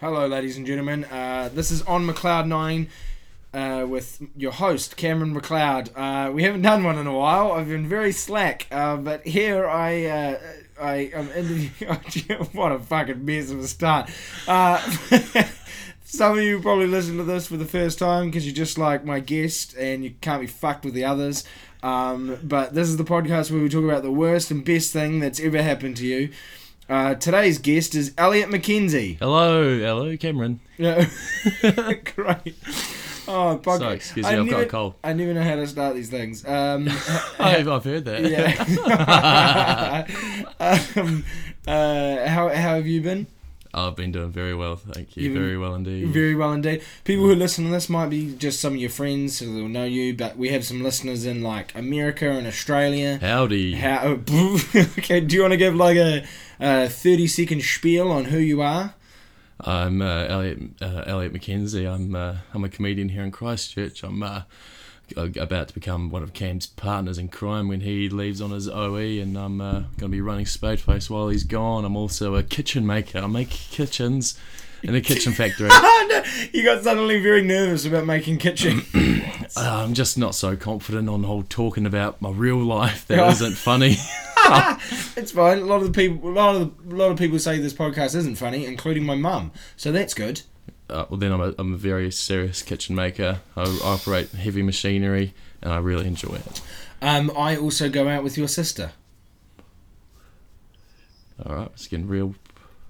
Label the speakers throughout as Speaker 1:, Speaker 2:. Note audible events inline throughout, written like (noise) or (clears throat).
Speaker 1: Hello, ladies and gentlemen. Uh, this is on McLeod Nine uh, with your host Cameron McLeod. Uh, we haven't done one in a while. I've been very slack, uh, but here I uh, I am (laughs) interviewing. what a fucking mess of a start. Uh, (laughs) Some of you probably listened to this for the first time because you're just like my guest and you can't be fucked with the others. Um, but this is the podcast where we talk about the worst and best thing that's ever happened to you. Uh, today's guest is Elliot McKenzie.
Speaker 2: Hello, hello, Cameron.
Speaker 1: Yeah. (laughs) Great. Oh, bugger.
Speaker 2: Sorry, excuse me,
Speaker 1: I
Speaker 2: I've
Speaker 1: never,
Speaker 2: got a cold.
Speaker 1: I never know how to start these things.
Speaker 2: (laughs)
Speaker 1: Um, (laughs)
Speaker 2: I've, I've heard that.
Speaker 1: yeah. (laughs) um, uh, how, how have you been?
Speaker 2: (laughs) I've been doing very well, thank you.
Speaker 1: You've been
Speaker 2: very well indeed.
Speaker 1: Very well indeed. People who listen to this might be just some of your friends, so they'll know you. But we have some listeners in like America and Australia.
Speaker 2: Howdy.
Speaker 1: How? (laughs) okay. Do you want to give like a, a thirty second spiel on who you are? (laughs)
Speaker 2: I'm uh, Elliot, uh, Elliot McKenzie. I'm uh, I'm a comedian here in Christchurch. I'm uh, about to become one of Cam's partners in crime when he leaves on his OE, and I'm uh, going to be running Spadeface while he's gone. I'm also a kitchen maker. I make kitchens in a
Speaker 1: (laughs)
Speaker 2: kitchen factory.
Speaker 1: Oh, no. You got suddenly very nervous about making kitchen.
Speaker 2: Uh, I'm just not so confident on whole talking about my real life that
Speaker 1: Yeah.
Speaker 2: not
Speaker 1: (laughs)
Speaker 2: funny.
Speaker 1: It's fine. A lot of the people, a lot of the, a lot of people say this podcast isn't funny, including my mum. So that's good.
Speaker 2: uh, well, then I'm a, I'm a very serious kitchen maker. I operate heavy machinery, and I really enjoy it.
Speaker 1: Um, I also go out with your sister.
Speaker 2: All right, it's getting real.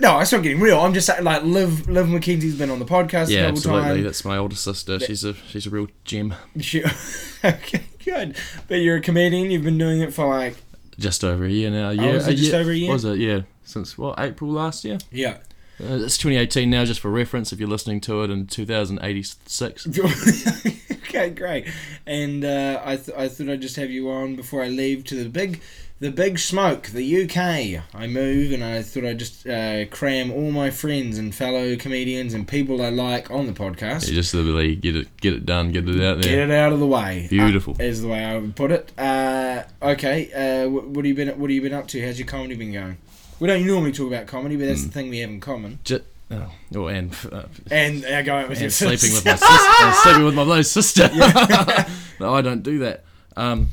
Speaker 1: No, it's not getting real. I'm just saying, like, Liv, Liv McKenzie's been on the podcast
Speaker 2: yeah,
Speaker 1: a couple
Speaker 2: absolutely.
Speaker 1: times.
Speaker 2: That's my older sister. She's a she's a real gem.
Speaker 1: She- (laughs) okay, good. But you're a comedian. You've been doing it for like,
Speaker 2: Just over a year now. A year,
Speaker 1: Oh, is it
Speaker 2: a
Speaker 1: just
Speaker 2: year-
Speaker 1: over a year?
Speaker 2: Was it? Yeah, since what April last year.
Speaker 1: yeah.
Speaker 2: Uh, it's 2018 now, just for reference. If you're listening to it in 2086.
Speaker 1: (laughs) okay, great. And uh, I, th- I thought I'd just have you on before I leave to the big, the big smoke, the UK. I move, and I thought I'd just uh, cram all my friends and fellow comedians and people I like on the podcast.
Speaker 2: You just literally get it get it done, get it out
Speaker 1: Get
Speaker 2: there.
Speaker 1: it out of the way.
Speaker 2: Beautiful.
Speaker 1: uh, is the way I would put it. Uh, okay, uh, wh- what have you been What have you been up to? How's your comedy been going? We don't normally talk about comedy, but
Speaker 2: Hmm.
Speaker 1: that's the thing we have in common.
Speaker 2: Ju- oh, oh, and uh,
Speaker 1: And I go out with your
Speaker 2: and sleeping
Speaker 1: (laughs)
Speaker 2: with
Speaker 1: sister.
Speaker 2: my sister. and sleeping with my little sister. (laughs) no, I don't do that. Um,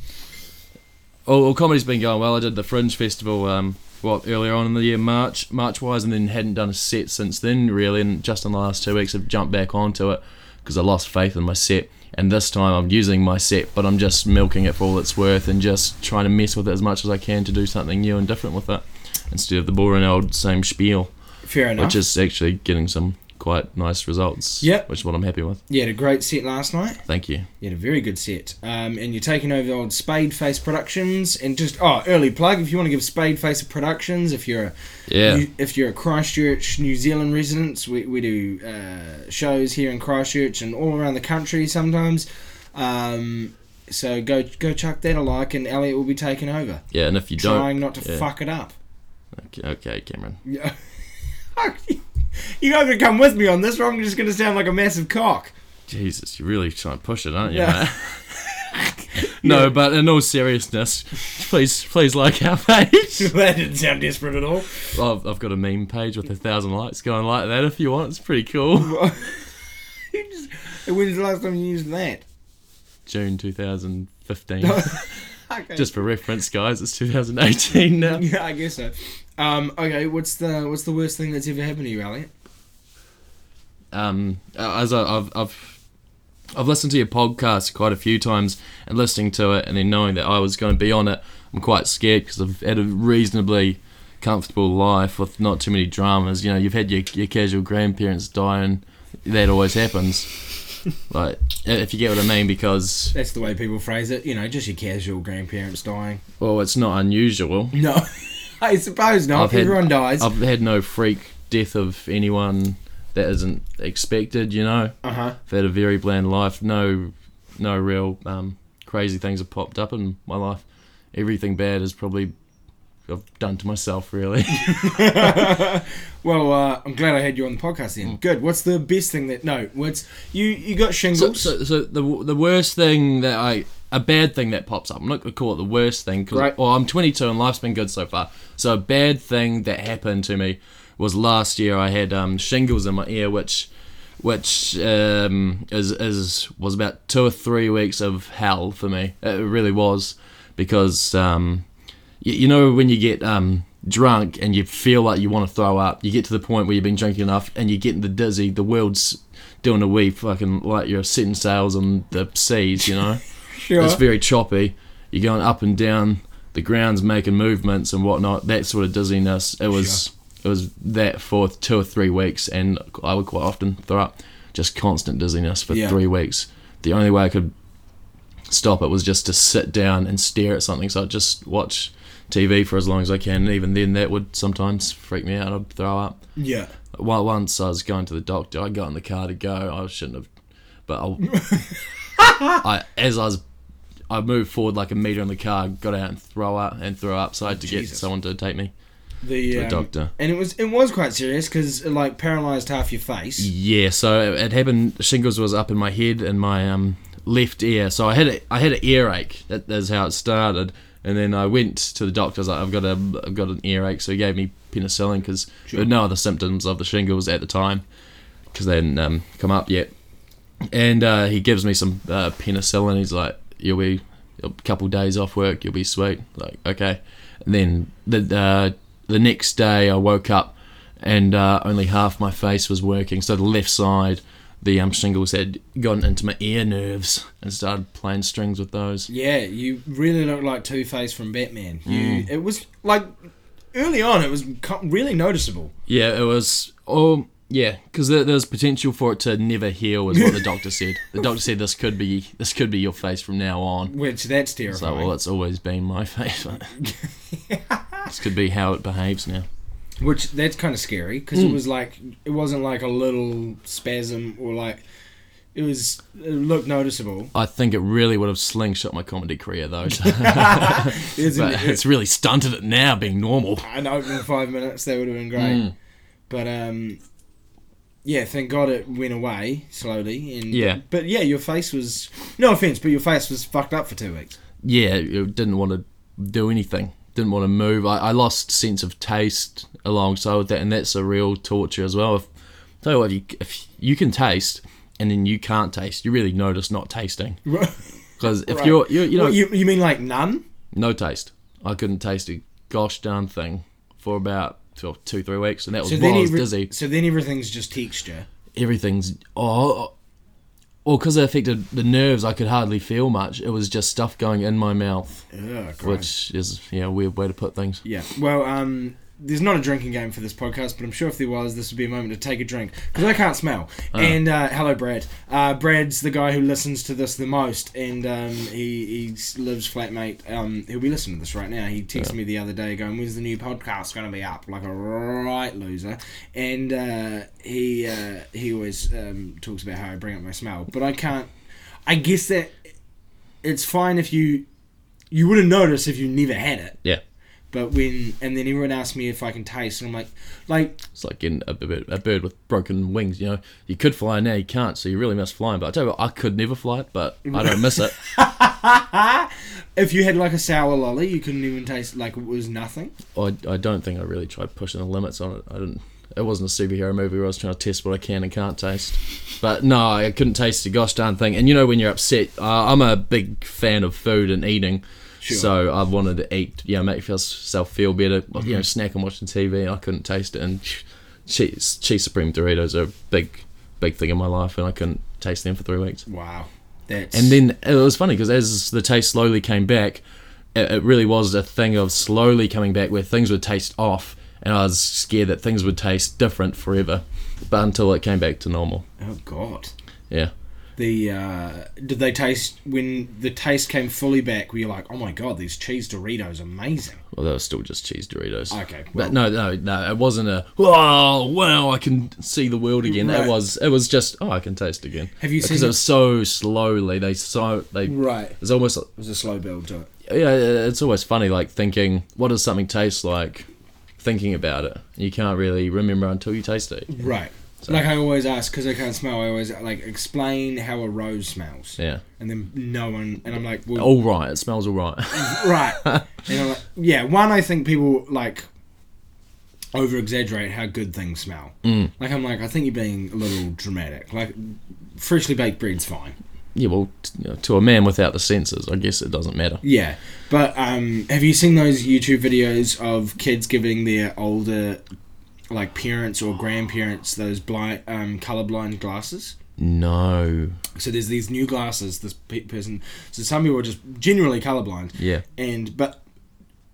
Speaker 2: oh, well, comedy's been going well. I did the Fringe Festival. Um, what earlier on in the year, March, March wise, and then hadn't done a set since then really. And just in the last two weeks, I've jumped back onto it because I lost faith in my set. And this time, I'm using my set, but I'm just milking it for all it's worth and just trying to mess with it as much as I can to do something new and different with it instead of the boring old same spiel,
Speaker 1: Fair enough.
Speaker 2: which is actually getting some quite nice results.
Speaker 1: Yep.
Speaker 2: which is what I'm happy with.
Speaker 1: you had a great set last night.
Speaker 2: Thank you.
Speaker 1: You had a very good set. Um, and you're taking over old Spade Face Productions. And just oh, early plug if you want to give Spade Face Productions if you're a
Speaker 2: Yeah.
Speaker 1: You- if you're a Christchurch, New Zealand residents, we, we do uh, shows here in Christchurch and all around the country sometimes. Um, so go go chuck that a like, and Elliot will be taking over,
Speaker 2: yeah, and if you
Speaker 1: trying
Speaker 2: don't.
Speaker 1: not to
Speaker 2: yeah.
Speaker 1: fuck it up.
Speaker 2: Okay, okay, Cameron.
Speaker 1: Yeah. Fuck you. (laughs) You guys are come with me on this, or I'm just going to sound like a massive cock.
Speaker 2: Jesus, you're really trying to push it, aren't
Speaker 1: (laughs)
Speaker 2: you,
Speaker 1: Yeah.
Speaker 2: mate?
Speaker 1: (laughs)
Speaker 2: no, but in all seriousness, please please like our page.
Speaker 1: (laughs)
Speaker 2: (laughs)
Speaker 1: that didn't sound desperate at all.
Speaker 2: I've, I've got a meme page with a thousand likes going like that if you want. It's pretty cool.
Speaker 1: (laughs) You just, (laughs) when's the last time you used that? (laughs)
Speaker 2: June 2015.
Speaker 1: Okay.
Speaker 2: Just for reference, guys, it's 2018
Speaker 1: (laughs)
Speaker 2: now.
Speaker 1: yeah, I guess so. Um, okay, what's the what's the worst thing that's ever happened to you, Elliot?
Speaker 2: um, as I, I've, I've I've listened to your podcast quite a few times and listening to it, and then knowing that I was going to be on it, I'm quite scared because I've had a reasonably comfortable life with not too many dramas. You know, you've had your, your casual grandparents die, and that always happens. like, if you get what I mean, because
Speaker 1: That's the way people phrase it, you know, just your casual grandparents dying. (laughs)
Speaker 2: well, it's not unusual.
Speaker 1: No, I suppose not.
Speaker 2: I've had-
Speaker 1: Everyone dies. Uh
Speaker 2: I've had no freak death of anyone that isn't expected. You know.
Speaker 1: huh.
Speaker 2: I've had a very bland life. No, no real um, crazy things have popped up in my life. Everything bad is probably I've done to myself, really. (laughs)
Speaker 1: Well, uh, I'm glad I had you on the podcast
Speaker 2: Mm.
Speaker 1: then. Good. What's the best thing that? No, what's you? You got
Speaker 2: so,
Speaker 1: shingles.
Speaker 2: so, so the the worst thing that I a bad thing that pops up. I'm not gonna call it the worst thing oh, because
Speaker 1: Right.
Speaker 2: well, I'm 22 and life's been good so far. So a bad thing that happened to me was last year I had um, shingles in my ear, which which um, is is was about two or three weeks of hell for me. It really was because um, you, you know when you get um, drunk and you feel like you want to throw up, you get to the point where you've been drinking enough and you get in the dizzy. The world's doing a wee fucking like you're setting sails on the seas. You know,
Speaker 1: Sure.
Speaker 2: it's very choppy. You're going up and down. The ground's making movements and whatnot. That sort of dizziness. It was. It was that for two or three weeks, and I would quite often throw up, just constant dizziness for
Speaker 1: Yeah.
Speaker 2: three weeks. The only way I could stop it was just to sit down and stare at something. So I'd just watch TV for as long as I can, and even then, that would sometimes freak me out. I'd throw up.
Speaker 1: yeah.
Speaker 2: Well, once I was going to the doctor, I got in the car to go. I shouldn't have, but I, I as I was, I moved forward like a meter in the car, got out and throw up and throw up. So I had to get
Speaker 1: Jesus.
Speaker 2: someone to take me
Speaker 1: The
Speaker 2: to
Speaker 1: um,
Speaker 2: a doctor.
Speaker 1: And it was it was quite serious because it like paralyzed half your face.
Speaker 2: Yeah, so it, it happened. Shingles was up in my head and my um, left ear. So I had a, I had an earache. That, that's how it started. And then I went to the doctor. I was like, I've got a I've got an earache. So he gave me penicillin because there were no other symptoms of the shingles at the time because they hadn't um, come up yet. And uh, he gives me some uh, penicillin. He's like, you'll be a couple days off work. You'll be sweet. Like, okay. And then the uh, the next day, I woke up and uh, only half my face was working. So the left side, the um, shingles had gotten into my ear nerves and started playing strings with those.
Speaker 1: Yeah, you really look like Two Face from Batman. You
Speaker 2: Hmm.
Speaker 1: it was like early on it was co- really noticeable.
Speaker 2: Yeah, it was. Oh, yeah, because there, there was potential for it to never heal, is what the doctor said. The doctor said this could be this could be your face from now on.
Speaker 1: Which that's
Speaker 2: It's like,
Speaker 1: terrifying.
Speaker 2: well, it's always been my (laughs) favourite. this could be how it behaves now.
Speaker 1: Which that's kind of scary because
Speaker 2: Hmm.
Speaker 1: it was like it wasn't like a little spasm or like it was it looked noticeable.
Speaker 2: I think it really would have slingshot my comedy career, though. (laughs) so-
Speaker 1: It's
Speaker 2: but
Speaker 1: an,
Speaker 2: it's really stunted it now, being normal.
Speaker 1: an opening five minutes that would have been great,
Speaker 2: Hmm.
Speaker 1: but um, yeah, thank God it went away slowly. And
Speaker 2: Yeah.
Speaker 1: but yeah, your face was no offense, but your face was fucked up for two weeks. (laughs)
Speaker 2: Yeah, it didn't want to do anything. Didn't want to move. I, I lost sense of taste alongside with that, and that's a real torture as well. If, tell you what, you, if you can taste and then you can't taste, you really notice not tasting. Because if
Speaker 1: Right.
Speaker 2: you're, you're, you know,
Speaker 1: What, you you mean like none?
Speaker 2: no taste. I couldn't taste a gosh darn thing for about well, two, three weeks, and that was
Speaker 1: So
Speaker 2: while
Speaker 1: then,
Speaker 2: I was
Speaker 1: every-
Speaker 2: dizzy.
Speaker 1: so then everything's just texture.
Speaker 2: Everything's oh, or because it affected the nerves, I could hardly feel much. It was just stuff going in my mouth,
Speaker 1: Ugh, gross.
Speaker 2: which is yeah, a weird way to put things.
Speaker 1: Yeah. Well, um, there's not a drinking game for this podcast, but I'm sure if there was, this would be a moment to take a drink because I can't smell. And uh, hello, Brad. Uh, Brad's the guy who listens to this the most, and um, he he s- lives flatmate. Um, he'll be listening to this right now. He texted me the other day going, "When's the new podcast going to be up?" Like a right loser. And uh, he uh, he always um, talks about how I bring up my smell, but I can't. I guess that it's fine if you you wouldn't notice if you never had it.
Speaker 2: Yeah,
Speaker 1: But when and then everyone asks me if I can taste, and I'm like, like
Speaker 2: it's like getting a, bird- a bird with broken wings. You know, you could fly now, you can't, so you really miss flying. But I tell you what, I could never fly it,
Speaker 1: (laughs)
Speaker 2: but I don't miss it.
Speaker 1: if you had like a sour lolly, you couldn't even taste like it was nothing.
Speaker 2: I, I don't think I really tried pushing the limits on it. I didn't. It wasn't a superhero movie where I was trying to test what I can and can't taste. But no, I couldn't taste the gosh darn thing. And you know when you're upset, uh, I'm a big fan of food and eating.
Speaker 1: Sure.
Speaker 2: So I wanted to eat, you know, make myself feel better. You know, snack and watching TV, and I couldn't taste it. And cheese, cheese supreme Doritos are a big, big thing in my life, and I couldn't taste them for three weeks.
Speaker 1: Wow, that's
Speaker 2: And then it was funny because as the taste slowly came back, it, it really was a thing of slowly coming back where things would taste off, and I was scared that things would taste different forever, but until it came back to normal.
Speaker 1: oh god,
Speaker 2: Yeah.
Speaker 1: the uh, did they taste when the taste came fully back? Were you like, oh my god, these cheese Doritos, amazing?
Speaker 2: Well, they were still just cheese Doritos.
Speaker 1: Okay, well-
Speaker 2: but no, no, no. It wasn't a oh wow, I can see the world again.
Speaker 1: Right.
Speaker 2: That was it was just oh I can taste again.
Speaker 1: Have you
Speaker 2: Because
Speaker 1: seen-
Speaker 2: it was so slowly. They so they
Speaker 1: Right, it
Speaker 2: it's almost like
Speaker 1: was a slow build to it.
Speaker 2: yeah, it's always funny, like thinking, what does something taste like? Thinking about it, you can't really remember until you taste it.
Speaker 1: Right, like I always ask because I can't smell. I always like explain how a rose smells,
Speaker 2: Yeah.
Speaker 1: and then no one, and I'm like, well,
Speaker 2: All right, it
Speaker 1: (laughs)
Speaker 2: smells all right. (laughs)
Speaker 1: right. And I'm like, yeah, one I think people like over exaggerate how good things smell.
Speaker 2: Mm.
Speaker 1: Like I'm like, I think you're being a little dramatic. Like freshly baked bread's fine.
Speaker 2: Yeah, well, t- you know, to a man without the senses, I guess it doesn't matter.
Speaker 1: Yeah, but um, have you seen those YouTube videos of kids giving their older, like parents or grandparents, those blind, um, colorblind glasses?
Speaker 2: No.
Speaker 1: So there's these new glasses. This pe- person, so some people are just generally colorblind.
Speaker 2: Yeah.
Speaker 1: and but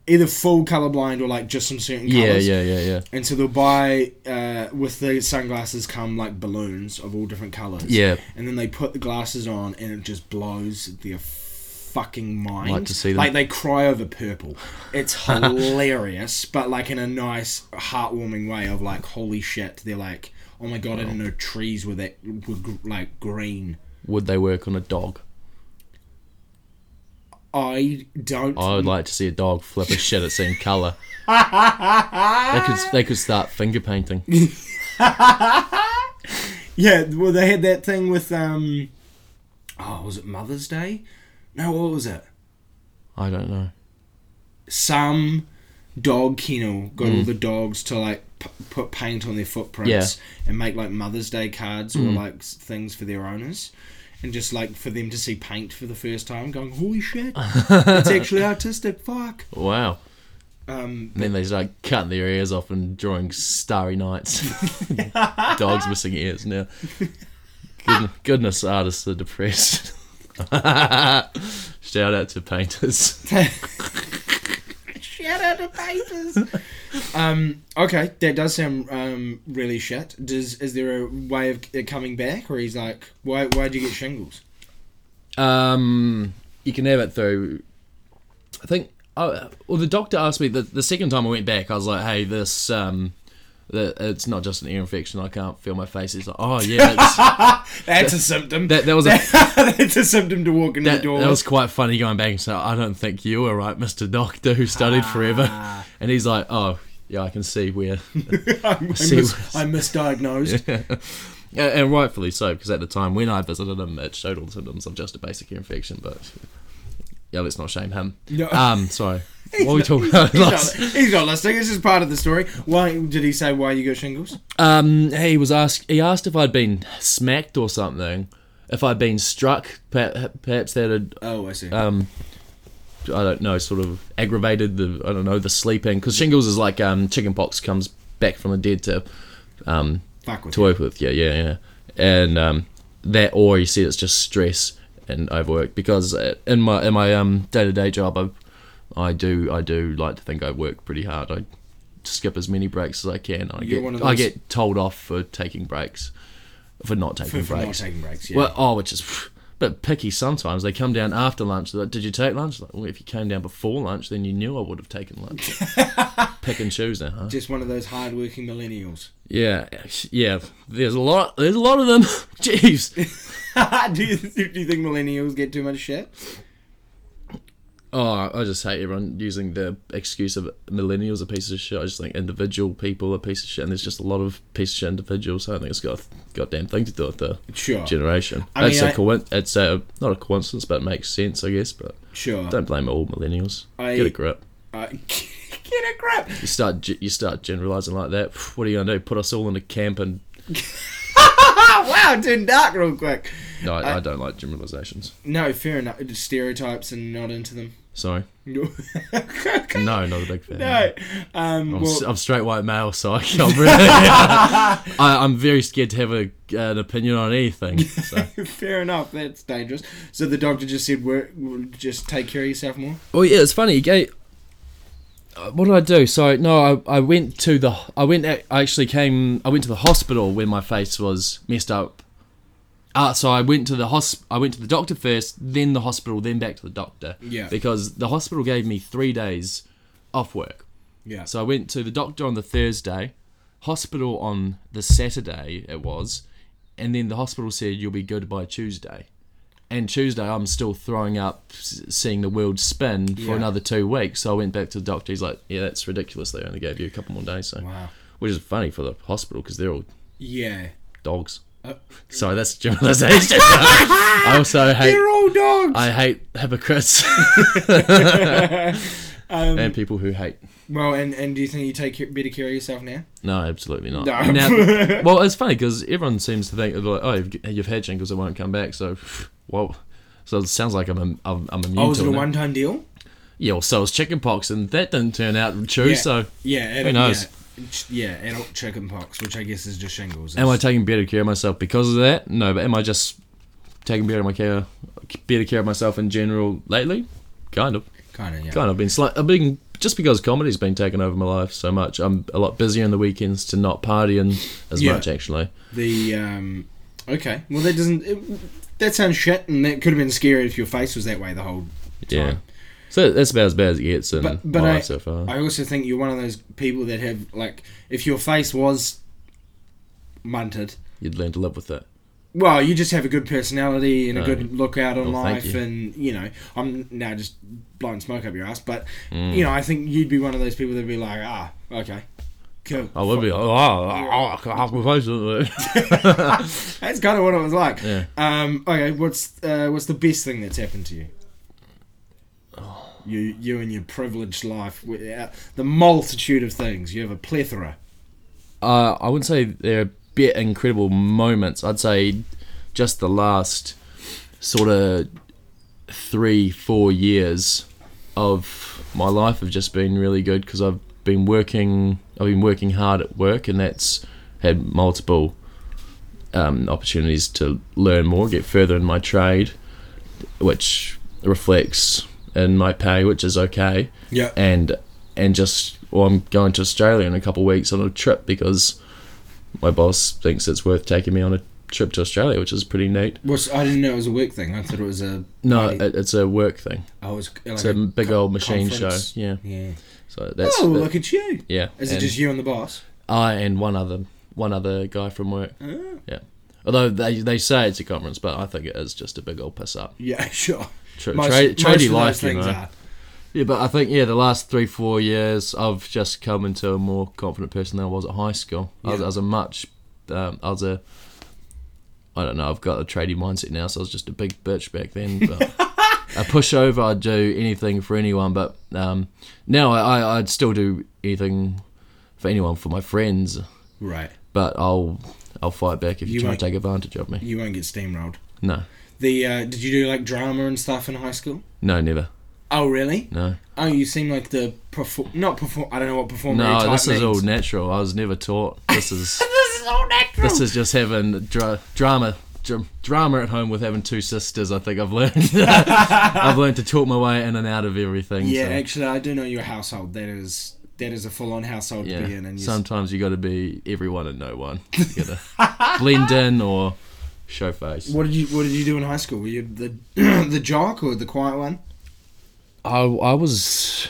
Speaker 1: either full colorblind or like just some certain colors.
Speaker 2: Yeah, yeah, yeah, yeah.
Speaker 1: And so they'll buy uh, with the sunglasses come like balloons of all different colors.
Speaker 2: Yeah.
Speaker 1: And then they put the glasses on and it just blows their fucking mind.
Speaker 2: Like to see them.
Speaker 1: Like they cry over purple.
Speaker 2: (laughs)
Speaker 1: It's hilarious, but like in a nice, heartwarming way of like, holy shit. They're like, oh my god, I didn't know trees were that were gr- like green.
Speaker 2: Would they work on a dog?
Speaker 1: I don't.
Speaker 2: I would like to see a dog flip a shit at seeing colour. they could they could start finger painting.
Speaker 1: Yeah, well, they had that thing with um, oh, was it Mother's Day? No, what was it?
Speaker 2: I don't know.
Speaker 1: Some dog kennel got
Speaker 2: Mm.
Speaker 1: all the dogs to like p- put paint on their footprints and make like Mother's Day cards
Speaker 2: Mm.
Speaker 1: or like s- things for their owners. And just like for them to see paint for the first time, going holy shit,
Speaker 2: (laughs)
Speaker 1: it's actually artistic. Fuck.
Speaker 2: Wow.
Speaker 1: Um,
Speaker 2: And then they start cutting their ears off and drawing starry nights. Dogs missing ears now. Goodness, goodness artists are depressed. (laughs) Shout out to painters.
Speaker 1: Shout out to papers. um, okay, that does sound um, really shit. Does is there a way of it coming back, or he's like, why why would you get shingles?
Speaker 2: Um, you can have it through. I think. Oh, well, the doctor asked me the the second time I went back. I was like, "Hey, this um, the, it's not just an ear infection. I can't feel my face." He's like, "Oh yeah, that's,
Speaker 1: That's a symptom.
Speaker 2: that that was a,
Speaker 1: (laughs) That's a symptom to walk in
Speaker 2: that,
Speaker 1: the door.
Speaker 2: that was quite funny going back and saying, "I don't think you were right, Mister Doctor, who studied
Speaker 1: Ah.
Speaker 2: forever." (laughs) And he's like, "Oh." Yeah, I can see where, (laughs)
Speaker 1: (laughs) I, mis-
Speaker 2: See, it was-
Speaker 1: I misdiagnosed.
Speaker 2: (laughs) Yeah, and rightfully so, because at the time when I visited him, it showed all the symptoms of just a basic ear infection. But yeah, let's not shame him.
Speaker 1: No.
Speaker 2: (laughs) Um, sorry, what were we talking about?
Speaker 1: (laughs) He's,
Speaker 2: last?
Speaker 1: not, he's not listening. It's just part of the story. Why did he say why you got shingles?
Speaker 2: Um, he was asked. He asked if I'd been smacked or something, if I'd been struck. per- Perhaps that had,
Speaker 1: Oh, I see.
Speaker 2: um, I don't know, sort of aggravated the, I don't know, the sleeping. Because shingles is like um, chickenpox comes back from the dead to, um,
Speaker 1: Fuck with
Speaker 2: to
Speaker 1: you.
Speaker 2: work with. Yeah, yeah, yeah. And um, that, or you said it's just stress and overwork. Because uh, in my in my um day to day job, I, I do I do like to think I work pretty hard. I skip as many breaks as I can. I
Speaker 1: You're one of
Speaker 2: get I
Speaker 1: those-
Speaker 2: get told off for taking breaks, for not taking
Speaker 1: For, for not
Speaker 2: breaks.
Speaker 1: taking breaks. Yeah.
Speaker 2: Well, oh, which is a bit picky sometimes. They come down after lunch. They're like, Did you take lunch? Like, well, if you came down before lunch, then you knew I would have taken lunch.
Speaker 1: (laughs)
Speaker 2: Pick and choose now, huh?
Speaker 1: Just one of those hard-working millennials. (laughs)
Speaker 2: Yeah, yeah. There's a lot. There's a lot of them. (laughs)
Speaker 1: (laughs)
Speaker 2: Jeez.
Speaker 1: do, you, do you think millennials get too much shit?
Speaker 2: Oh, I just hate everyone using the excuse of millennials are pieces of shit. I just think individual people are pieces of shit, and there's just a lot of pieces of shit individuals. So I don't think it's got a goddamn thing to do with the
Speaker 1: Sure.
Speaker 2: generation.
Speaker 1: I mean,
Speaker 2: That's
Speaker 1: I-
Speaker 2: a coinc- It's a not a coincidence, but it makes sense, I guess. But
Speaker 1: Sure.
Speaker 2: don't blame all millennials.
Speaker 1: I-
Speaker 2: Get a grip.
Speaker 1: Uh, (laughs) get a grip. (laughs)
Speaker 2: You start ge- you start generalizing like that. What are you gonna do? Put us all in a camp and
Speaker 1: Oh wow, it turned dark real quick.
Speaker 2: no, I, I don't like generalizations.
Speaker 1: No, fair enough. Just stereotypes and not into them. (laughs)
Speaker 2: Sorry.
Speaker 1: no.
Speaker 2: No, not a big fan.
Speaker 1: Um,
Speaker 2: I'm,
Speaker 1: well,
Speaker 2: s am straight white male, so I can't really. (laughs) I, I'm very scared to have a, an opinion on anything. So.
Speaker 1: (laughs) Fair enough. That's dangerous. So the doctor just said, "Work, just take care of yourself more."
Speaker 2: (laughs) well, yeah, it's funny. You gave, uh, what did I do? So no, I, I went to the I went ac- I actually came I went to the hospital when my face was messed up. Uh, so I went to the hosp- I went to the doctor first, then the hospital, then back to the doctor.
Speaker 1: Yeah.
Speaker 2: Because the hospital gave me three days off work.
Speaker 1: Yeah.
Speaker 2: So I went to the doctor on the Thursday, hospital on the Saturday it was, and then the hospital said you'll be good by Tuesday. And Tuesday I'm still throwing up s- seeing the world spin for
Speaker 1: Yeah.
Speaker 2: another two weeks. So I went back to the doctor. He's like, "Yeah, that's ridiculous. They only gave you a couple more days." So,
Speaker 1: Wow.
Speaker 2: which is funny for the hospital because they're all
Speaker 1: Yeah.
Speaker 2: dogs.
Speaker 1: Uh,
Speaker 2: Sorry,
Speaker 1: (laughs)
Speaker 2: that's generalization. I also hate.
Speaker 1: Uh, They're all dogs.
Speaker 2: (laughs) I hate hypocrites.
Speaker 1: (laughs) Um,
Speaker 2: and people who hate.
Speaker 1: well, and, and do you think you take care- better care of yourself now?
Speaker 2: No, absolutely not.
Speaker 1: No. (laughs)
Speaker 2: Now- well, it's funny because everyone seems to think like, oh, you've, you've had shingles, it won't come back. So, well, so it sounds like I'm im- I'm, I'm immune
Speaker 1: oh, was
Speaker 2: to
Speaker 1: it a
Speaker 2: it. now.
Speaker 1: one time deal?
Speaker 2: Yeah, well, so it was chickenpox, and that didn't turn out true.
Speaker 1: Yeah.
Speaker 2: So,
Speaker 1: Yeah. Adult,
Speaker 2: knows?
Speaker 1: Yeah, Ch- yeah, adult chicken pox, which I guess is just shingles.
Speaker 2: am I taking better care of myself because of that? No, but am I just taking better my care, better care of myself in general lately? Kind of.
Speaker 1: kind of yeah.
Speaker 2: Kind of been slight. I've been just because comedy's been taking over my life so much. I'm a lot busier on the weekends to not partying as
Speaker 1: Yeah.
Speaker 2: much actually.
Speaker 1: The um, okay, well that doesn't it, that sounds shit, and that could have been scary if your face was that way the whole
Speaker 2: Yeah.
Speaker 1: time.
Speaker 2: So that's about as bad as it gets in
Speaker 1: But but
Speaker 2: my
Speaker 1: I,
Speaker 2: life so far.
Speaker 1: I also think you're one of those people that have like if your face was munted,
Speaker 2: You'd learn to live with it.
Speaker 1: well you just have a good personality and a
Speaker 2: Oh.
Speaker 1: good lookout on
Speaker 2: Well, thank
Speaker 1: life,
Speaker 2: you.
Speaker 1: and you know I'm now just blowing smoke up your ass, but
Speaker 2: Mm.
Speaker 1: you know I think you'd be one of those people that'd be like ah okay. Cool.
Speaker 2: I would be like, oh, oh, oh, half my face isn't there."
Speaker 1: That's kind of what it was like.
Speaker 2: Yeah.
Speaker 1: Um, okay, what's uh, what's the best thing that's happened to you? You you and your privileged life, wi- uh, the multitude of things. You have a plethora.
Speaker 2: uh, I wouldn't say they're bit incredible moments. I'd say just the last sort of three, four years of my life have just been really good because I've been working. I've been working hard at work, and that's had multiple um, opportunities to learn more, get further in my trade, which reflects in my pay, which is okay
Speaker 1: Yeah.
Speaker 2: and and just well, I'm going to Australia in a couple of weeks on a trip because my boss thinks it's worth taking me on a trip to Australia, which is pretty neat.
Speaker 1: What's, I didn't know it was a work thing. I thought it was a
Speaker 2: No,
Speaker 1: party.
Speaker 2: it, it's a work thing.
Speaker 1: oh, it's, like
Speaker 2: It's a big
Speaker 1: co-
Speaker 2: old machine
Speaker 1: conference.
Speaker 2: show. Yeah,
Speaker 1: Yeah.
Speaker 2: so that's
Speaker 1: oh,
Speaker 2: that-
Speaker 1: look at you.
Speaker 2: yeah.
Speaker 1: Is
Speaker 2: and
Speaker 1: it just you and the boss?
Speaker 2: I and one other one other guy from work.
Speaker 1: Ah.
Speaker 2: Yeah. Although they, they say it's a conference, but I think it is just a big old piss up.
Speaker 1: Yeah, (laughs) sure.
Speaker 2: Tra-
Speaker 1: Most-
Speaker 2: tra-
Speaker 1: most
Speaker 2: tradie
Speaker 1: of those
Speaker 2: life, you
Speaker 1: things
Speaker 2: know.
Speaker 1: are.
Speaker 2: Yeah, but I think yeah, the last three four years, I've just come into a more confident person than I was at high school. I, was,
Speaker 1: Yeah.
Speaker 2: I was a much, um, I was a, I don't know. I've got a tradie mindset now, so I was just a big bitch back then.
Speaker 1: (laughs)
Speaker 2: But a pushover, I'd do anything for anyone. But um, now I, I, I'd still do anything for anyone for my friends.
Speaker 1: Right.
Speaker 2: But I'll I'll fight back if you,
Speaker 1: You
Speaker 2: try
Speaker 1: won't-
Speaker 2: to take advantage of me.
Speaker 1: You won't get steamrolled.
Speaker 2: No,
Speaker 1: The uh, did you do like drama and stuff in high school?
Speaker 2: no, never,
Speaker 1: Oh, really?
Speaker 2: no.
Speaker 1: Oh, you seem like the perfor- not perform. I don't know what performer.
Speaker 2: No,
Speaker 1: type
Speaker 2: this
Speaker 1: means.
Speaker 2: is
Speaker 1: (laughs)
Speaker 2: all natural. I was never taught. This is
Speaker 1: this is all natural.
Speaker 2: this is just having dra- drama dr- drama at home with having two sisters. I think I've learned (laughs) I've learned to talk my way in and out of everything.
Speaker 1: yeah,
Speaker 2: so,
Speaker 1: actually, I do know your household. That is that is a full-on household to be in, and you s-
Speaker 2: Sometimes you got to be everyone and no one. You got to (laughs) blend in or show face.
Speaker 1: What did you What did you do in high school? Were you the (clears throat) the jock or the quiet one?
Speaker 2: I I was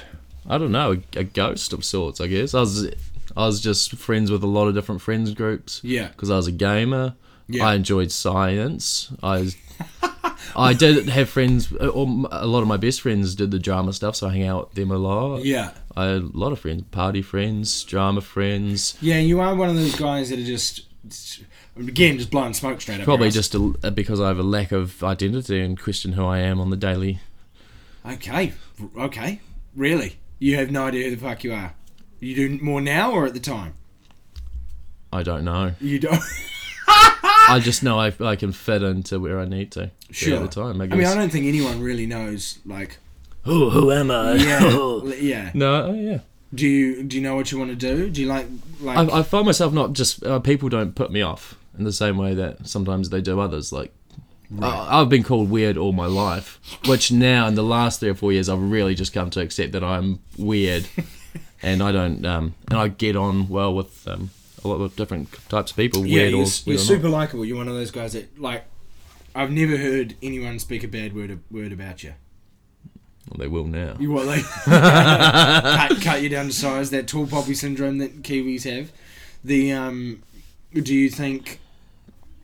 Speaker 2: I don't know a, a ghost of sorts. I guess I was I was just friends with a lot of different friends groups.
Speaker 1: Yeah.
Speaker 2: because I was a gamer.
Speaker 1: Yeah.
Speaker 2: I enjoyed science. I was, I did have friends. Or m- a lot of my best friends did the drama stuff, so I hang out with them a lot.
Speaker 1: Yeah,
Speaker 2: I had a lot of friends, party friends, drama friends.
Speaker 1: yeah. You are one of those guys that are just again just blowing smoke straight up.
Speaker 2: Probably
Speaker 1: your ass.
Speaker 2: just a, uh, because I have a lack of identity and question who I am on the daily.
Speaker 1: okay, okay. Really, you have no idea who the fuck you are. You do more now or at the time?
Speaker 2: I don't know.
Speaker 1: You (laughs) don't.
Speaker 2: I just know I, I can fit into where I need to.
Speaker 1: Sure.
Speaker 2: At the time, I
Speaker 1: I mean,
Speaker 2: guess.
Speaker 1: I don't think anyone really knows.
Speaker 2: (laughs)
Speaker 1: Like,
Speaker 2: who, who am I? (laughs)
Speaker 1: yeah, yeah.
Speaker 2: no, oh, yeah.
Speaker 1: Do you do you know what you want to do? Do you like like
Speaker 2: I, I find myself not just uh, people don't put me off in the same way that sometimes they do others. Like I, I've been called weird all my life, which now in the last three or four years I've really just come to accept that I'm
Speaker 1: (laughs)
Speaker 2: weird, and I don't um, and I get on well with um, a lot of different types of people.
Speaker 1: yeah,
Speaker 2: weird
Speaker 1: you're,
Speaker 2: or,
Speaker 1: s- you're
Speaker 2: weird or not.
Speaker 1: super likable. You're one of those guys that like. I've never heard anyone speak a bad word word about you.
Speaker 2: Well, they will now.
Speaker 1: You what
Speaker 2: (laughs)
Speaker 1: they cut, cut you down to size? That tall poppy syndrome that Kiwis have. The um, do you think?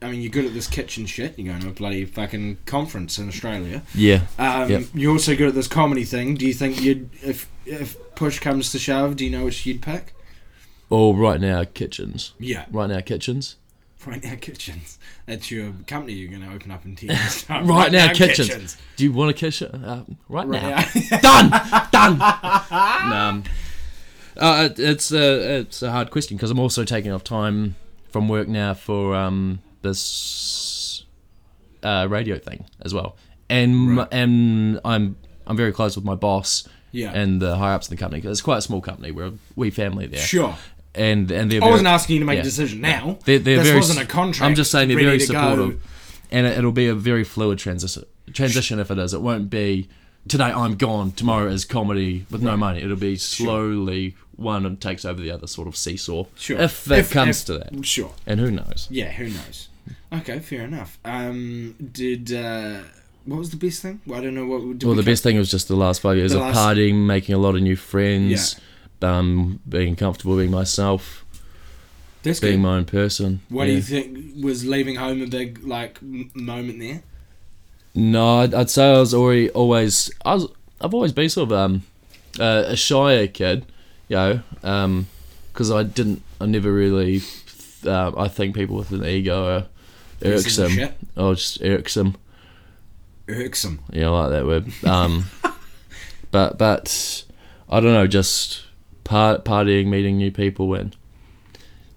Speaker 1: I mean, you're good at this kitchen shit. You're going to a bloody fucking conference in Australia.
Speaker 2: Yeah.
Speaker 1: Um,
Speaker 2: Yep.
Speaker 1: You're also good at this comedy thing. Do you think you'd if if push comes to shove? Do you know which you'd pick?
Speaker 2: Or right now kitchens.
Speaker 1: Yeah.
Speaker 2: Right now kitchens.
Speaker 1: Right now, kitchens. That's your company you're going to open up in 10
Speaker 2: (laughs)
Speaker 1: years. time.
Speaker 2: Right, now, kitchens. Do you want a kitchen? Uh, right,
Speaker 1: Right
Speaker 2: now. (laughs)
Speaker 1: now. (laughs)
Speaker 2: done, done. um, uh, it- it's a it's a hard question because I'm also taking off time from work now for um, this uh, radio thing as well, and m
Speaker 1: Right.
Speaker 2: and I'm I'm very close with my boss
Speaker 1: Yeah.
Speaker 2: and the higher ups in the company 'cause it's quite a small company. We're a wee family there,
Speaker 1: Sure.
Speaker 2: and and they're
Speaker 1: I
Speaker 2: very-
Speaker 1: wasn't asking you to make
Speaker 2: yeah.
Speaker 1: a decision now.
Speaker 2: they're, they're
Speaker 1: this
Speaker 2: very,
Speaker 1: wasn't a contract.
Speaker 2: I'm just saying they're
Speaker 1: ready
Speaker 2: very
Speaker 1: to go.
Speaker 2: supportive, and it, it'll be a very fluid transition. Transition if it is, it won't be today I'm gone, tomorrow is comedy with no money. It'll be slowly one takes over the other, sort of seesaw.
Speaker 1: Sure.
Speaker 2: If that
Speaker 1: If-
Speaker 2: comes
Speaker 1: if-
Speaker 2: to that,
Speaker 1: Sure.
Speaker 2: and who knows?
Speaker 1: Yeah, who knows? Okay, fair enough. Um, did uh, what was the best thing? Well, I don't know what. Did
Speaker 2: Well,
Speaker 1: we
Speaker 2: the best thing was just the last five years
Speaker 1: The
Speaker 2: of
Speaker 1: last-
Speaker 2: partying, making a lot of new friends, um, being comfortable being myself,
Speaker 1: cut- That's
Speaker 2: being
Speaker 1: good.
Speaker 2: my own person.
Speaker 1: What do
Speaker 2: Yeah.
Speaker 1: you think was leaving home a big like m- moment there?
Speaker 2: No, I'd, I'd say I was already always I was I've always been sort of um uh, a shyer kid, you know, um, because I didn't I never really uh, I think people with an ego are
Speaker 1: Pieces of
Speaker 2: irksome.
Speaker 1: shit.
Speaker 2: Oh, just irksome.
Speaker 1: Irksome.
Speaker 2: Yeah, I like that word.
Speaker 1: (laughs)
Speaker 2: Um, but but I don't know, just par- partying, meeting new people, and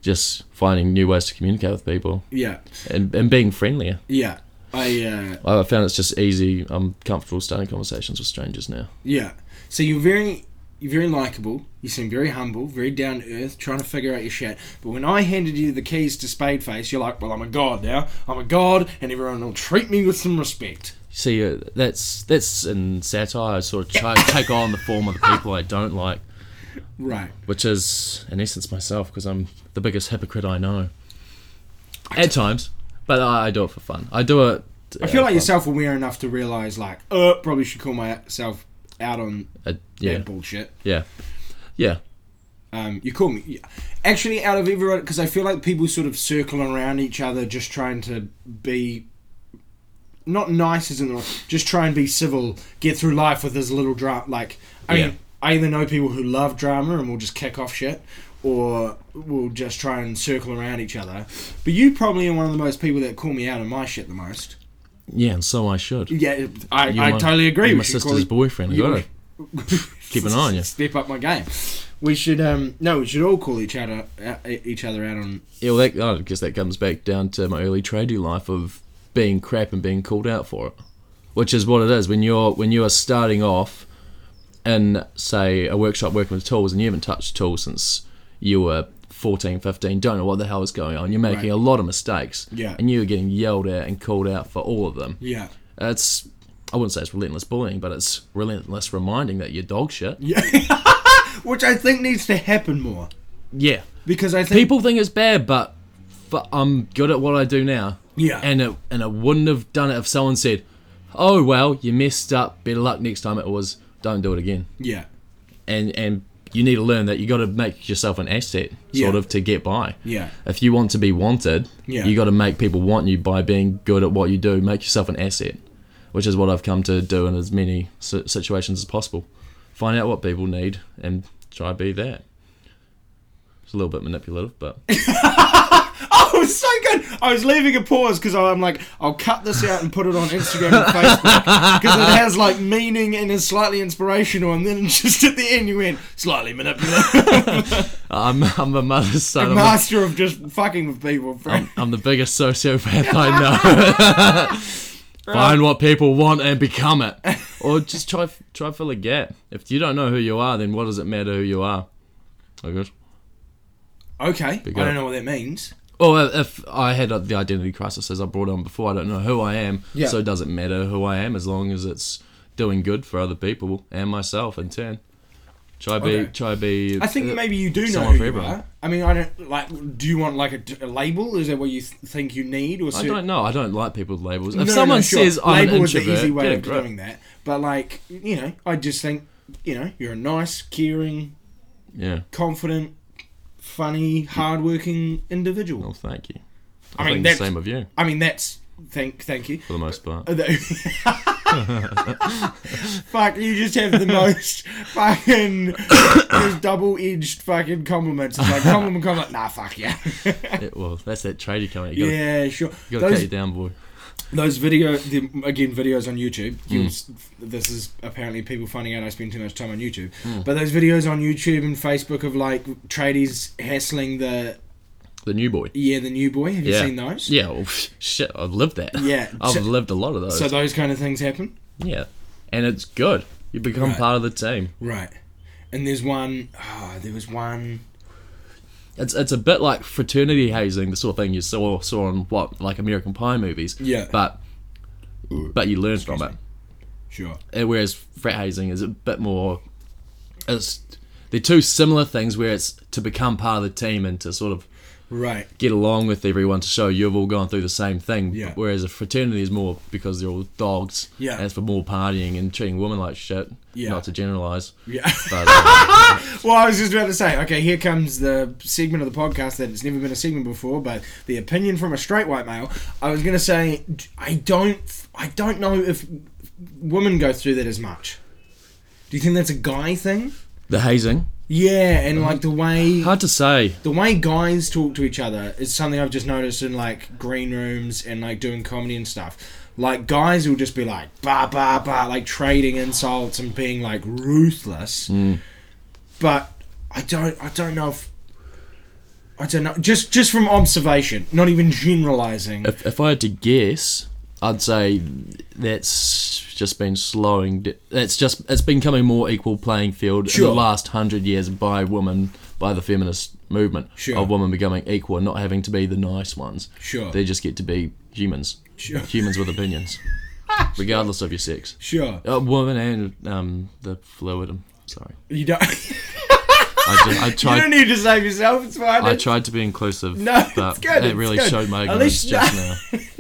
Speaker 2: just finding new ways to communicate with people
Speaker 1: Yeah,
Speaker 2: and and being friendlier.
Speaker 1: yeah. I uh,
Speaker 2: I found it's just easy. I'm comfortable starting conversations with strangers now.
Speaker 1: yeah. So you're very. You're very likable. You seem very humble, very down to earth, trying to figure out your shit. But when I handed you the keys to Spadeface, you're like, "Well, I'm a god now. I'm a god, and everyone will treat me with some respect."
Speaker 2: See, uh, that's that's in satire. I sort of
Speaker 1: (laughs)
Speaker 2: ch- take on the form of the people I don't like,
Speaker 1: Right.
Speaker 2: which is in essence myself, because I'm the biggest hypocrite I know. At times, but I, I do it for fun. I do it.
Speaker 1: I feel like you're self-aware enough to realize, like, uh, probably should call myself out on
Speaker 2: uh, yeah,
Speaker 1: that bullshit.
Speaker 2: yeah, yeah.
Speaker 1: Um, you call me, yeah. actually, out of everyone, because I feel like people sort of circle around each other, just trying to be, not nice isn't the right, just try and be civil, get through life with as little drama. Like, I
Speaker 2: Yeah.
Speaker 1: mean, I either know people who love drama and will just kick off shit, or will just try and circle around each other. But you probably are one of the most people that call me out on my shit the most.
Speaker 2: Yeah, and so I should.
Speaker 1: Yeah, I,
Speaker 2: You're
Speaker 1: I
Speaker 2: my-
Speaker 1: totally agree.
Speaker 2: you're
Speaker 1: We
Speaker 2: My
Speaker 1: should call
Speaker 2: sister's
Speaker 1: it-
Speaker 2: boyfriend. I
Speaker 1: you-
Speaker 2: gotta (laughs) keep an eye on you.
Speaker 1: Step up my game. We should um no, we should all call each other uh, each other out on
Speaker 2: Yeah, well, that, oh, I guess that comes back down to my early tradie life of being crap and being called out for it, which is what it is when you're when you are starting off in say a workshop working with tools and you haven't touched tools since you were 14, 15, don't know what the hell is going on. You're making
Speaker 1: Right.
Speaker 2: a lot of mistakes,
Speaker 1: Yeah.
Speaker 2: and you're getting yelled at and called out for all of them.
Speaker 1: yeah
Speaker 2: It's I wouldn't say it's relentless bullying, but it's relentless reminding that you're dog shit.
Speaker 1: yeah, which I think needs to happen more
Speaker 2: Yeah,
Speaker 1: because I think
Speaker 2: people think it's bad, but but I'm good at what I do now.
Speaker 1: Yeah.
Speaker 2: And it and it wouldn't have done it if someone said, "Oh well, you messed up. Better luck next time." It was, "Don't do it again."
Speaker 1: yeah
Speaker 2: And and you need to learn that you got to make yourself an asset, sort
Speaker 1: Yeah.
Speaker 2: of, to get by.
Speaker 1: Yeah. (laughs)
Speaker 2: If you want to be wanted,
Speaker 1: Yeah.
Speaker 2: you got to make people want you by being good at what you do. Make yourself an asset, which is what I've come to do in as many si- situations as possible. Find out what people need and try to be that. It's a little bit manipulative, but. (laughs)
Speaker 1: oh it was so good I was leaving a pause because I'm like I'll cut this out and put it on Instagram and Facebook because it has like meaning and is slightly inspirational and then just at the end you went slightly manipulative
Speaker 2: (laughs) I'm I'm a mother's son. I'm, a,
Speaker 1: master of just fucking with people friend.
Speaker 2: I'm the biggest sociopath I
Speaker 1: (laughs)
Speaker 2: know. Find what people want and become it, or just try try fill a gap. If you don't know who you are, then what does it matter who you are? Oh good.
Speaker 1: okay I
Speaker 2: Oh, up.
Speaker 1: don't know what that means
Speaker 2: Or if I had uh, the identity crisis as I brought on before, I don't know who I am.
Speaker 1: Yeah.
Speaker 2: So it doesn't matter who I am as long as it's doing good for other people and myself in turn. Try be
Speaker 1: Okay.
Speaker 2: try be.
Speaker 1: I think
Speaker 2: uh,
Speaker 1: maybe you do know
Speaker 2: someone for
Speaker 1: who you
Speaker 2: everyone.
Speaker 1: are. I mean, I don't like. Do you want like a, d- a label? Is that what you th- think you need? Or
Speaker 2: I don't know. I don't like people with labels. If
Speaker 1: No, no,
Speaker 2: someone
Speaker 1: sure.
Speaker 2: says I'm an
Speaker 1: label is the
Speaker 2: introvert,
Speaker 1: easy way
Speaker 2: get a
Speaker 1: of
Speaker 2: grip.
Speaker 1: doing that. But like, you know, I just think, you know, you're a nice, caring,
Speaker 2: yeah.
Speaker 1: confident, funny, hardworking individual.
Speaker 2: Well, thank you.
Speaker 1: I
Speaker 2: I,
Speaker 1: mean,
Speaker 2: think
Speaker 1: that's-
Speaker 2: the same of you
Speaker 1: I mean, that's thank thank you.
Speaker 2: for the most part.
Speaker 1: Uh, that- (laughs) Fuck, you just have the most fucking those double-edged fucking compliments. It's like compliment, compliment. Nah, fuck
Speaker 2: (laughs)
Speaker 1: yeah.
Speaker 2: Yeah, well, that's that tradie coming. You gotta,
Speaker 1: yeah, sure.
Speaker 2: you gotta cut
Speaker 1: Those
Speaker 2: it down, boy.
Speaker 1: those video the, again videos on YouTube.
Speaker 2: Mm.
Speaker 1: You'll s This is apparently people finding out I spend too much time on YouTube.
Speaker 2: Mm.
Speaker 1: But those videos on YouTube and Facebook of like tradies hassling the
Speaker 2: The new boy.
Speaker 1: yeah the new boy. Have
Speaker 2: Yeah.
Speaker 1: you seen those?
Speaker 2: Yeah, well, (laughs) shit, I've lived that.
Speaker 1: Yeah.
Speaker 2: (laughs) I've
Speaker 1: So-
Speaker 2: lived a lot of those.
Speaker 1: So those kind of things happen.
Speaker 2: yeah, and it's good. You become
Speaker 1: Right.
Speaker 2: part of the team.
Speaker 1: Right. And there's one oh, there was one
Speaker 2: It's it's a bit like fraternity hazing, the sort of thing you saw saw on what like American Pie movies.
Speaker 1: Yeah.
Speaker 2: but but you learn from it.
Speaker 1: sure.
Speaker 2: Uh, Whereas frat hazing is a bit more. It's they're two similar things where it's to become part of the team and to sort of
Speaker 1: Right.
Speaker 2: get along with everyone to show you've all gone through the same thing.
Speaker 1: Yeah.
Speaker 2: Whereas a fraternity is more because they're all dogs.
Speaker 1: Yeah.
Speaker 2: And it's for more partying and treating women like shit.
Speaker 1: Yeah.
Speaker 2: Not to generalise.
Speaker 1: Yeah. (laughs)
Speaker 2: But, uh, (laughs)
Speaker 1: Well, I was just about to say, okay, here comes the segment of the podcast that it's never been a segment before, but the opinion from a straight white male. I was going to say, I don't, I don't know if women go through that as much. Do you think that's a guy thing?
Speaker 2: the hazing.
Speaker 1: Yeah, and like the way
Speaker 2: Hard to say.
Speaker 1: the way guys talk to each other is something I've just noticed in like green rooms and like doing comedy and stuff. Like guys will just be like ba ba ba, like trading insults and being like ruthless.
Speaker 2: Mm.
Speaker 1: But I don't, I don't know if. I don't know. Just, just from observation, not even generalizing.
Speaker 2: If, if I had to guess, I'd say that's just been slowing. d- That's just it's been coming more equal playing field in
Speaker 1: Sure.
Speaker 2: the last hundred years by women, by the feminist movement
Speaker 1: Sure.
Speaker 2: of women becoming equal, and not having to be the nice ones.
Speaker 1: Sure.
Speaker 2: they just get to be humans.
Speaker 1: Sure.
Speaker 2: humans
Speaker 1: (laughs)
Speaker 2: with opinions, regardless of your sex.
Speaker 1: Sure,
Speaker 2: A woman and um, the fluid. I'm sorry.
Speaker 1: you don't. (laughs)
Speaker 2: I, ju- I
Speaker 1: you don't
Speaker 2: tried.
Speaker 1: need to save yourself. It's fine.
Speaker 2: I tried to be inclusive,
Speaker 1: No, it's
Speaker 2: but
Speaker 1: good,
Speaker 2: it
Speaker 1: it's
Speaker 2: really
Speaker 1: good.
Speaker 2: showed my
Speaker 1: At
Speaker 2: ignorance
Speaker 1: least- (laughs)
Speaker 2: just
Speaker 1: no.
Speaker 2: now.
Speaker 1: (laughs)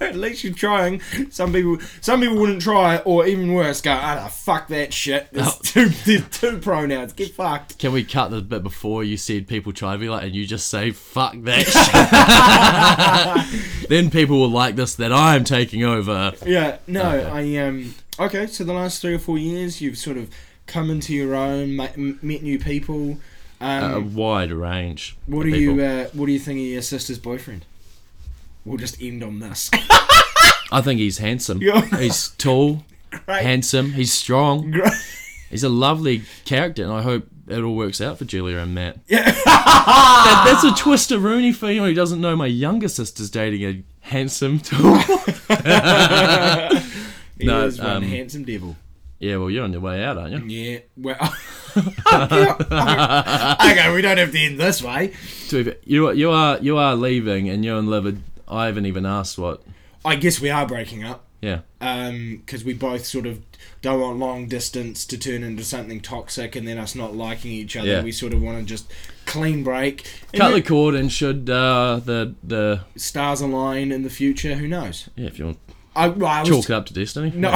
Speaker 1: At least you're trying. Some people, some people wouldn't try, or even worse, go, ah, nah, fuck that shit. There's two, (laughs) there's two pronouns. Get fucked.
Speaker 2: Can we cut the bit before you said people try to be like, and you just say fuck that
Speaker 1: (laughs)
Speaker 2: shit? (laughs) then people will like this that I'm taking over.
Speaker 1: Yeah. No, I um. Okay, so the last three or four years, you've sort of come into your own, ma- m- met new people.
Speaker 2: A
Speaker 1: Um,
Speaker 2: wide range.
Speaker 1: what
Speaker 2: of
Speaker 1: do
Speaker 2: Uh, people.
Speaker 1: you, uh, what do you think of your sister's boyfriend? We'll just end on this. (laughs)
Speaker 2: I think he's handsome.
Speaker 1: You're-
Speaker 2: (laughs) He's tall,
Speaker 1: Great.
Speaker 2: handsome. He's strong.
Speaker 1: Great.
Speaker 2: He's a lovely character, and I hope it all works out for Julia and Matt.
Speaker 1: Yeah.
Speaker 2: That- that's a twist of Rooney for anyone who doesn't know. My younger sister's dating a handsome, tall. (laughs)
Speaker 1: (laughs) He
Speaker 2: No,
Speaker 1: is one
Speaker 2: um,
Speaker 1: handsome devil.
Speaker 2: yeah, well, you're on your way out, aren't you?
Speaker 1: Yeah. Well. (laughs) okay, we don't have to end this way.
Speaker 2: To be- You are, you are you are leaving, and you and Liv. Are, I haven't even asked what.
Speaker 1: I guess we are breaking up.
Speaker 2: Yeah.
Speaker 1: because Um, we both sort of don't want long distance to turn into something toxic and then us not liking each other.
Speaker 2: Yeah.
Speaker 1: We sort of want to just clean break. And
Speaker 2: Cut the
Speaker 1: then
Speaker 2: cord and should uh, the the
Speaker 1: stars align in the future. Who knows?
Speaker 2: yeah if you want
Speaker 1: I, well, I was-
Speaker 2: chalk it up to destiny.
Speaker 1: No.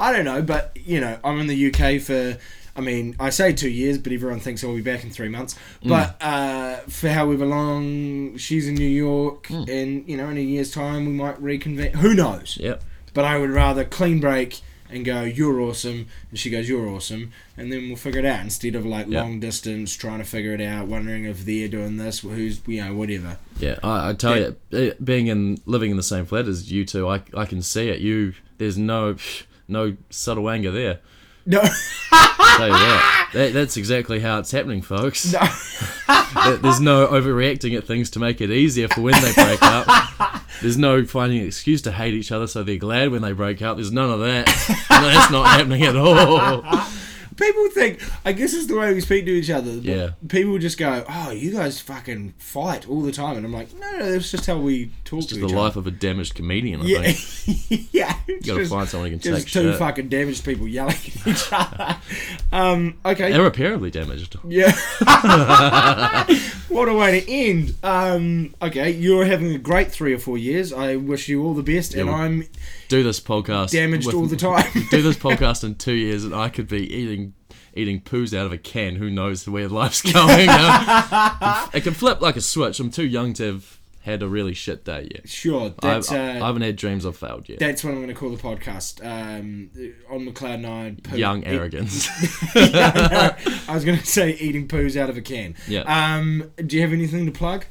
Speaker 1: I don't know, but you know, I'm in the UK for. I mean, I say two years, but everyone thinks I'll be back in three months. But uh, for however long, she's in New York, and you know, in a year's time, we might reconvene. Who knows?
Speaker 2: Yep.
Speaker 1: But I would rather clean break and go, you're awesome, and she goes, you're awesome, and then we'll figure it out instead of like
Speaker 2: Yeah.
Speaker 1: long distance trying to figure it out, wondering if they're doing this, who's you know,
Speaker 2: (laughs)
Speaker 1: whatever.
Speaker 2: Yeah, I, I tell
Speaker 1: Yeah.
Speaker 2: you, it- being in living in the same flat as you two, I, I can see it. You there's no no subtle anger there.
Speaker 1: No,
Speaker 2: Tell you that. that that's exactly how it's happening, folks.
Speaker 1: No.
Speaker 2: There- there's no overreacting at things to make it easier for when they break up. There's no finding an excuse to hate each other so they're glad when they break up. There's none of that. No, that's not happening at all.
Speaker 1: people think. I guess it's the way we speak to each other. but
Speaker 2: Yeah.
Speaker 1: People just go, oh, you guys fucking fight all the time, and I'm like, no, no, that's just how we talk
Speaker 2: It's
Speaker 1: to
Speaker 2: the
Speaker 1: each
Speaker 2: life of a damaged comedian, I
Speaker 1: other. (laughs) Yeah,
Speaker 2: think.
Speaker 1: yeah. it's
Speaker 2: You gotta
Speaker 1: just-
Speaker 2: find someone who can
Speaker 1: just
Speaker 2: take
Speaker 1: two
Speaker 2: shit.
Speaker 1: fucking damaged people yelling at each
Speaker 2: (laughs)
Speaker 1: other. Um, okay.
Speaker 2: Irreparably damaged. (laughs)
Speaker 1: Yeah. (laughs) what a way to end. Um, okay, you're having a great three or four years. I wish you all the best, and
Speaker 2: well-
Speaker 1: I'm
Speaker 2: Do this podcast.
Speaker 1: damaged
Speaker 2: with-
Speaker 1: all the
Speaker 2: (laughs)
Speaker 1: time.
Speaker 2: do this podcast in two years and I could be eating eating poos out of a (laughs) Um, can. Who knows where life's going? Uh, it can flip like a switch. I'm too young to have had a really shit day
Speaker 1: (laughs)
Speaker 2: yet.
Speaker 1: Sure,
Speaker 2: I,
Speaker 1: that's
Speaker 2: I- I
Speaker 1: uh,
Speaker 2: haven't had dreams I've failed yet.
Speaker 1: that's what I'm going to call the podcast. Um, on McLeod Nine. poo- (laughs)
Speaker 2: Young
Speaker 1: eat-
Speaker 2: arrogance.
Speaker 1: Yeah, I know. I was going to say eating poos out of a can.
Speaker 2: yeah.
Speaker 1: Um, do you have anything to plug?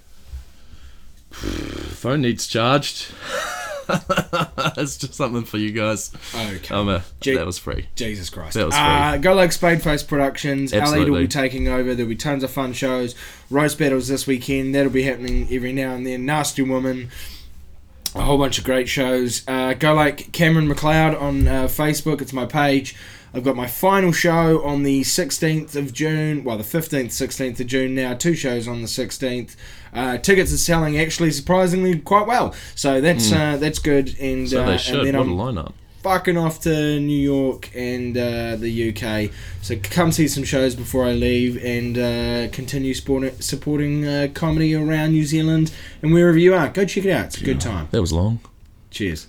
Speaker 2: phone needs charged. (laughs) That's just something for you guys.
Speaker 1: Okay.
Speaker 2: Um, uh,
Speaker 1: Jake-
Speaker 2: that was free.
Speaker 1: Jesus Christ.
Speaker 2: That was
Speaker 1: uh, Go Like Spadeface Productions. Ali will
Speaker 2: Absolutely.
Speaker 1: be taking over. There'll be tons of fun shows. Roast battles this weekend. That'll be happening every now and then. Nasty Woman. A whole bunch of great shows. Uh, go like Cameron McLeod on uh, Facebook. It's my page. I've got my final show on the 16th of June. Well, the 15th, 16th of June now. Two shows on the 16th. Uh, tickets are selling actually surprisingly quite well. So that's uh, that's good. And,
Speaker 2: Hmm. So
Speaker 1: uh,
Speaker 2: they
Speaker 1: and
Speaker 2: should.
Speaker 1: then
Speaker 2: What a
Speaker 1: I'm
Speaker 2: lineup.
Speaker 1: fucking off to New York and uh, the UK. So come see some shows before I leave and uh, continue supporting, supporting uh, comedy around New Zealand and wherever you are. Go check it out. It's a good time.
Speaker 2: That was long.
Speaker 1: Cheers.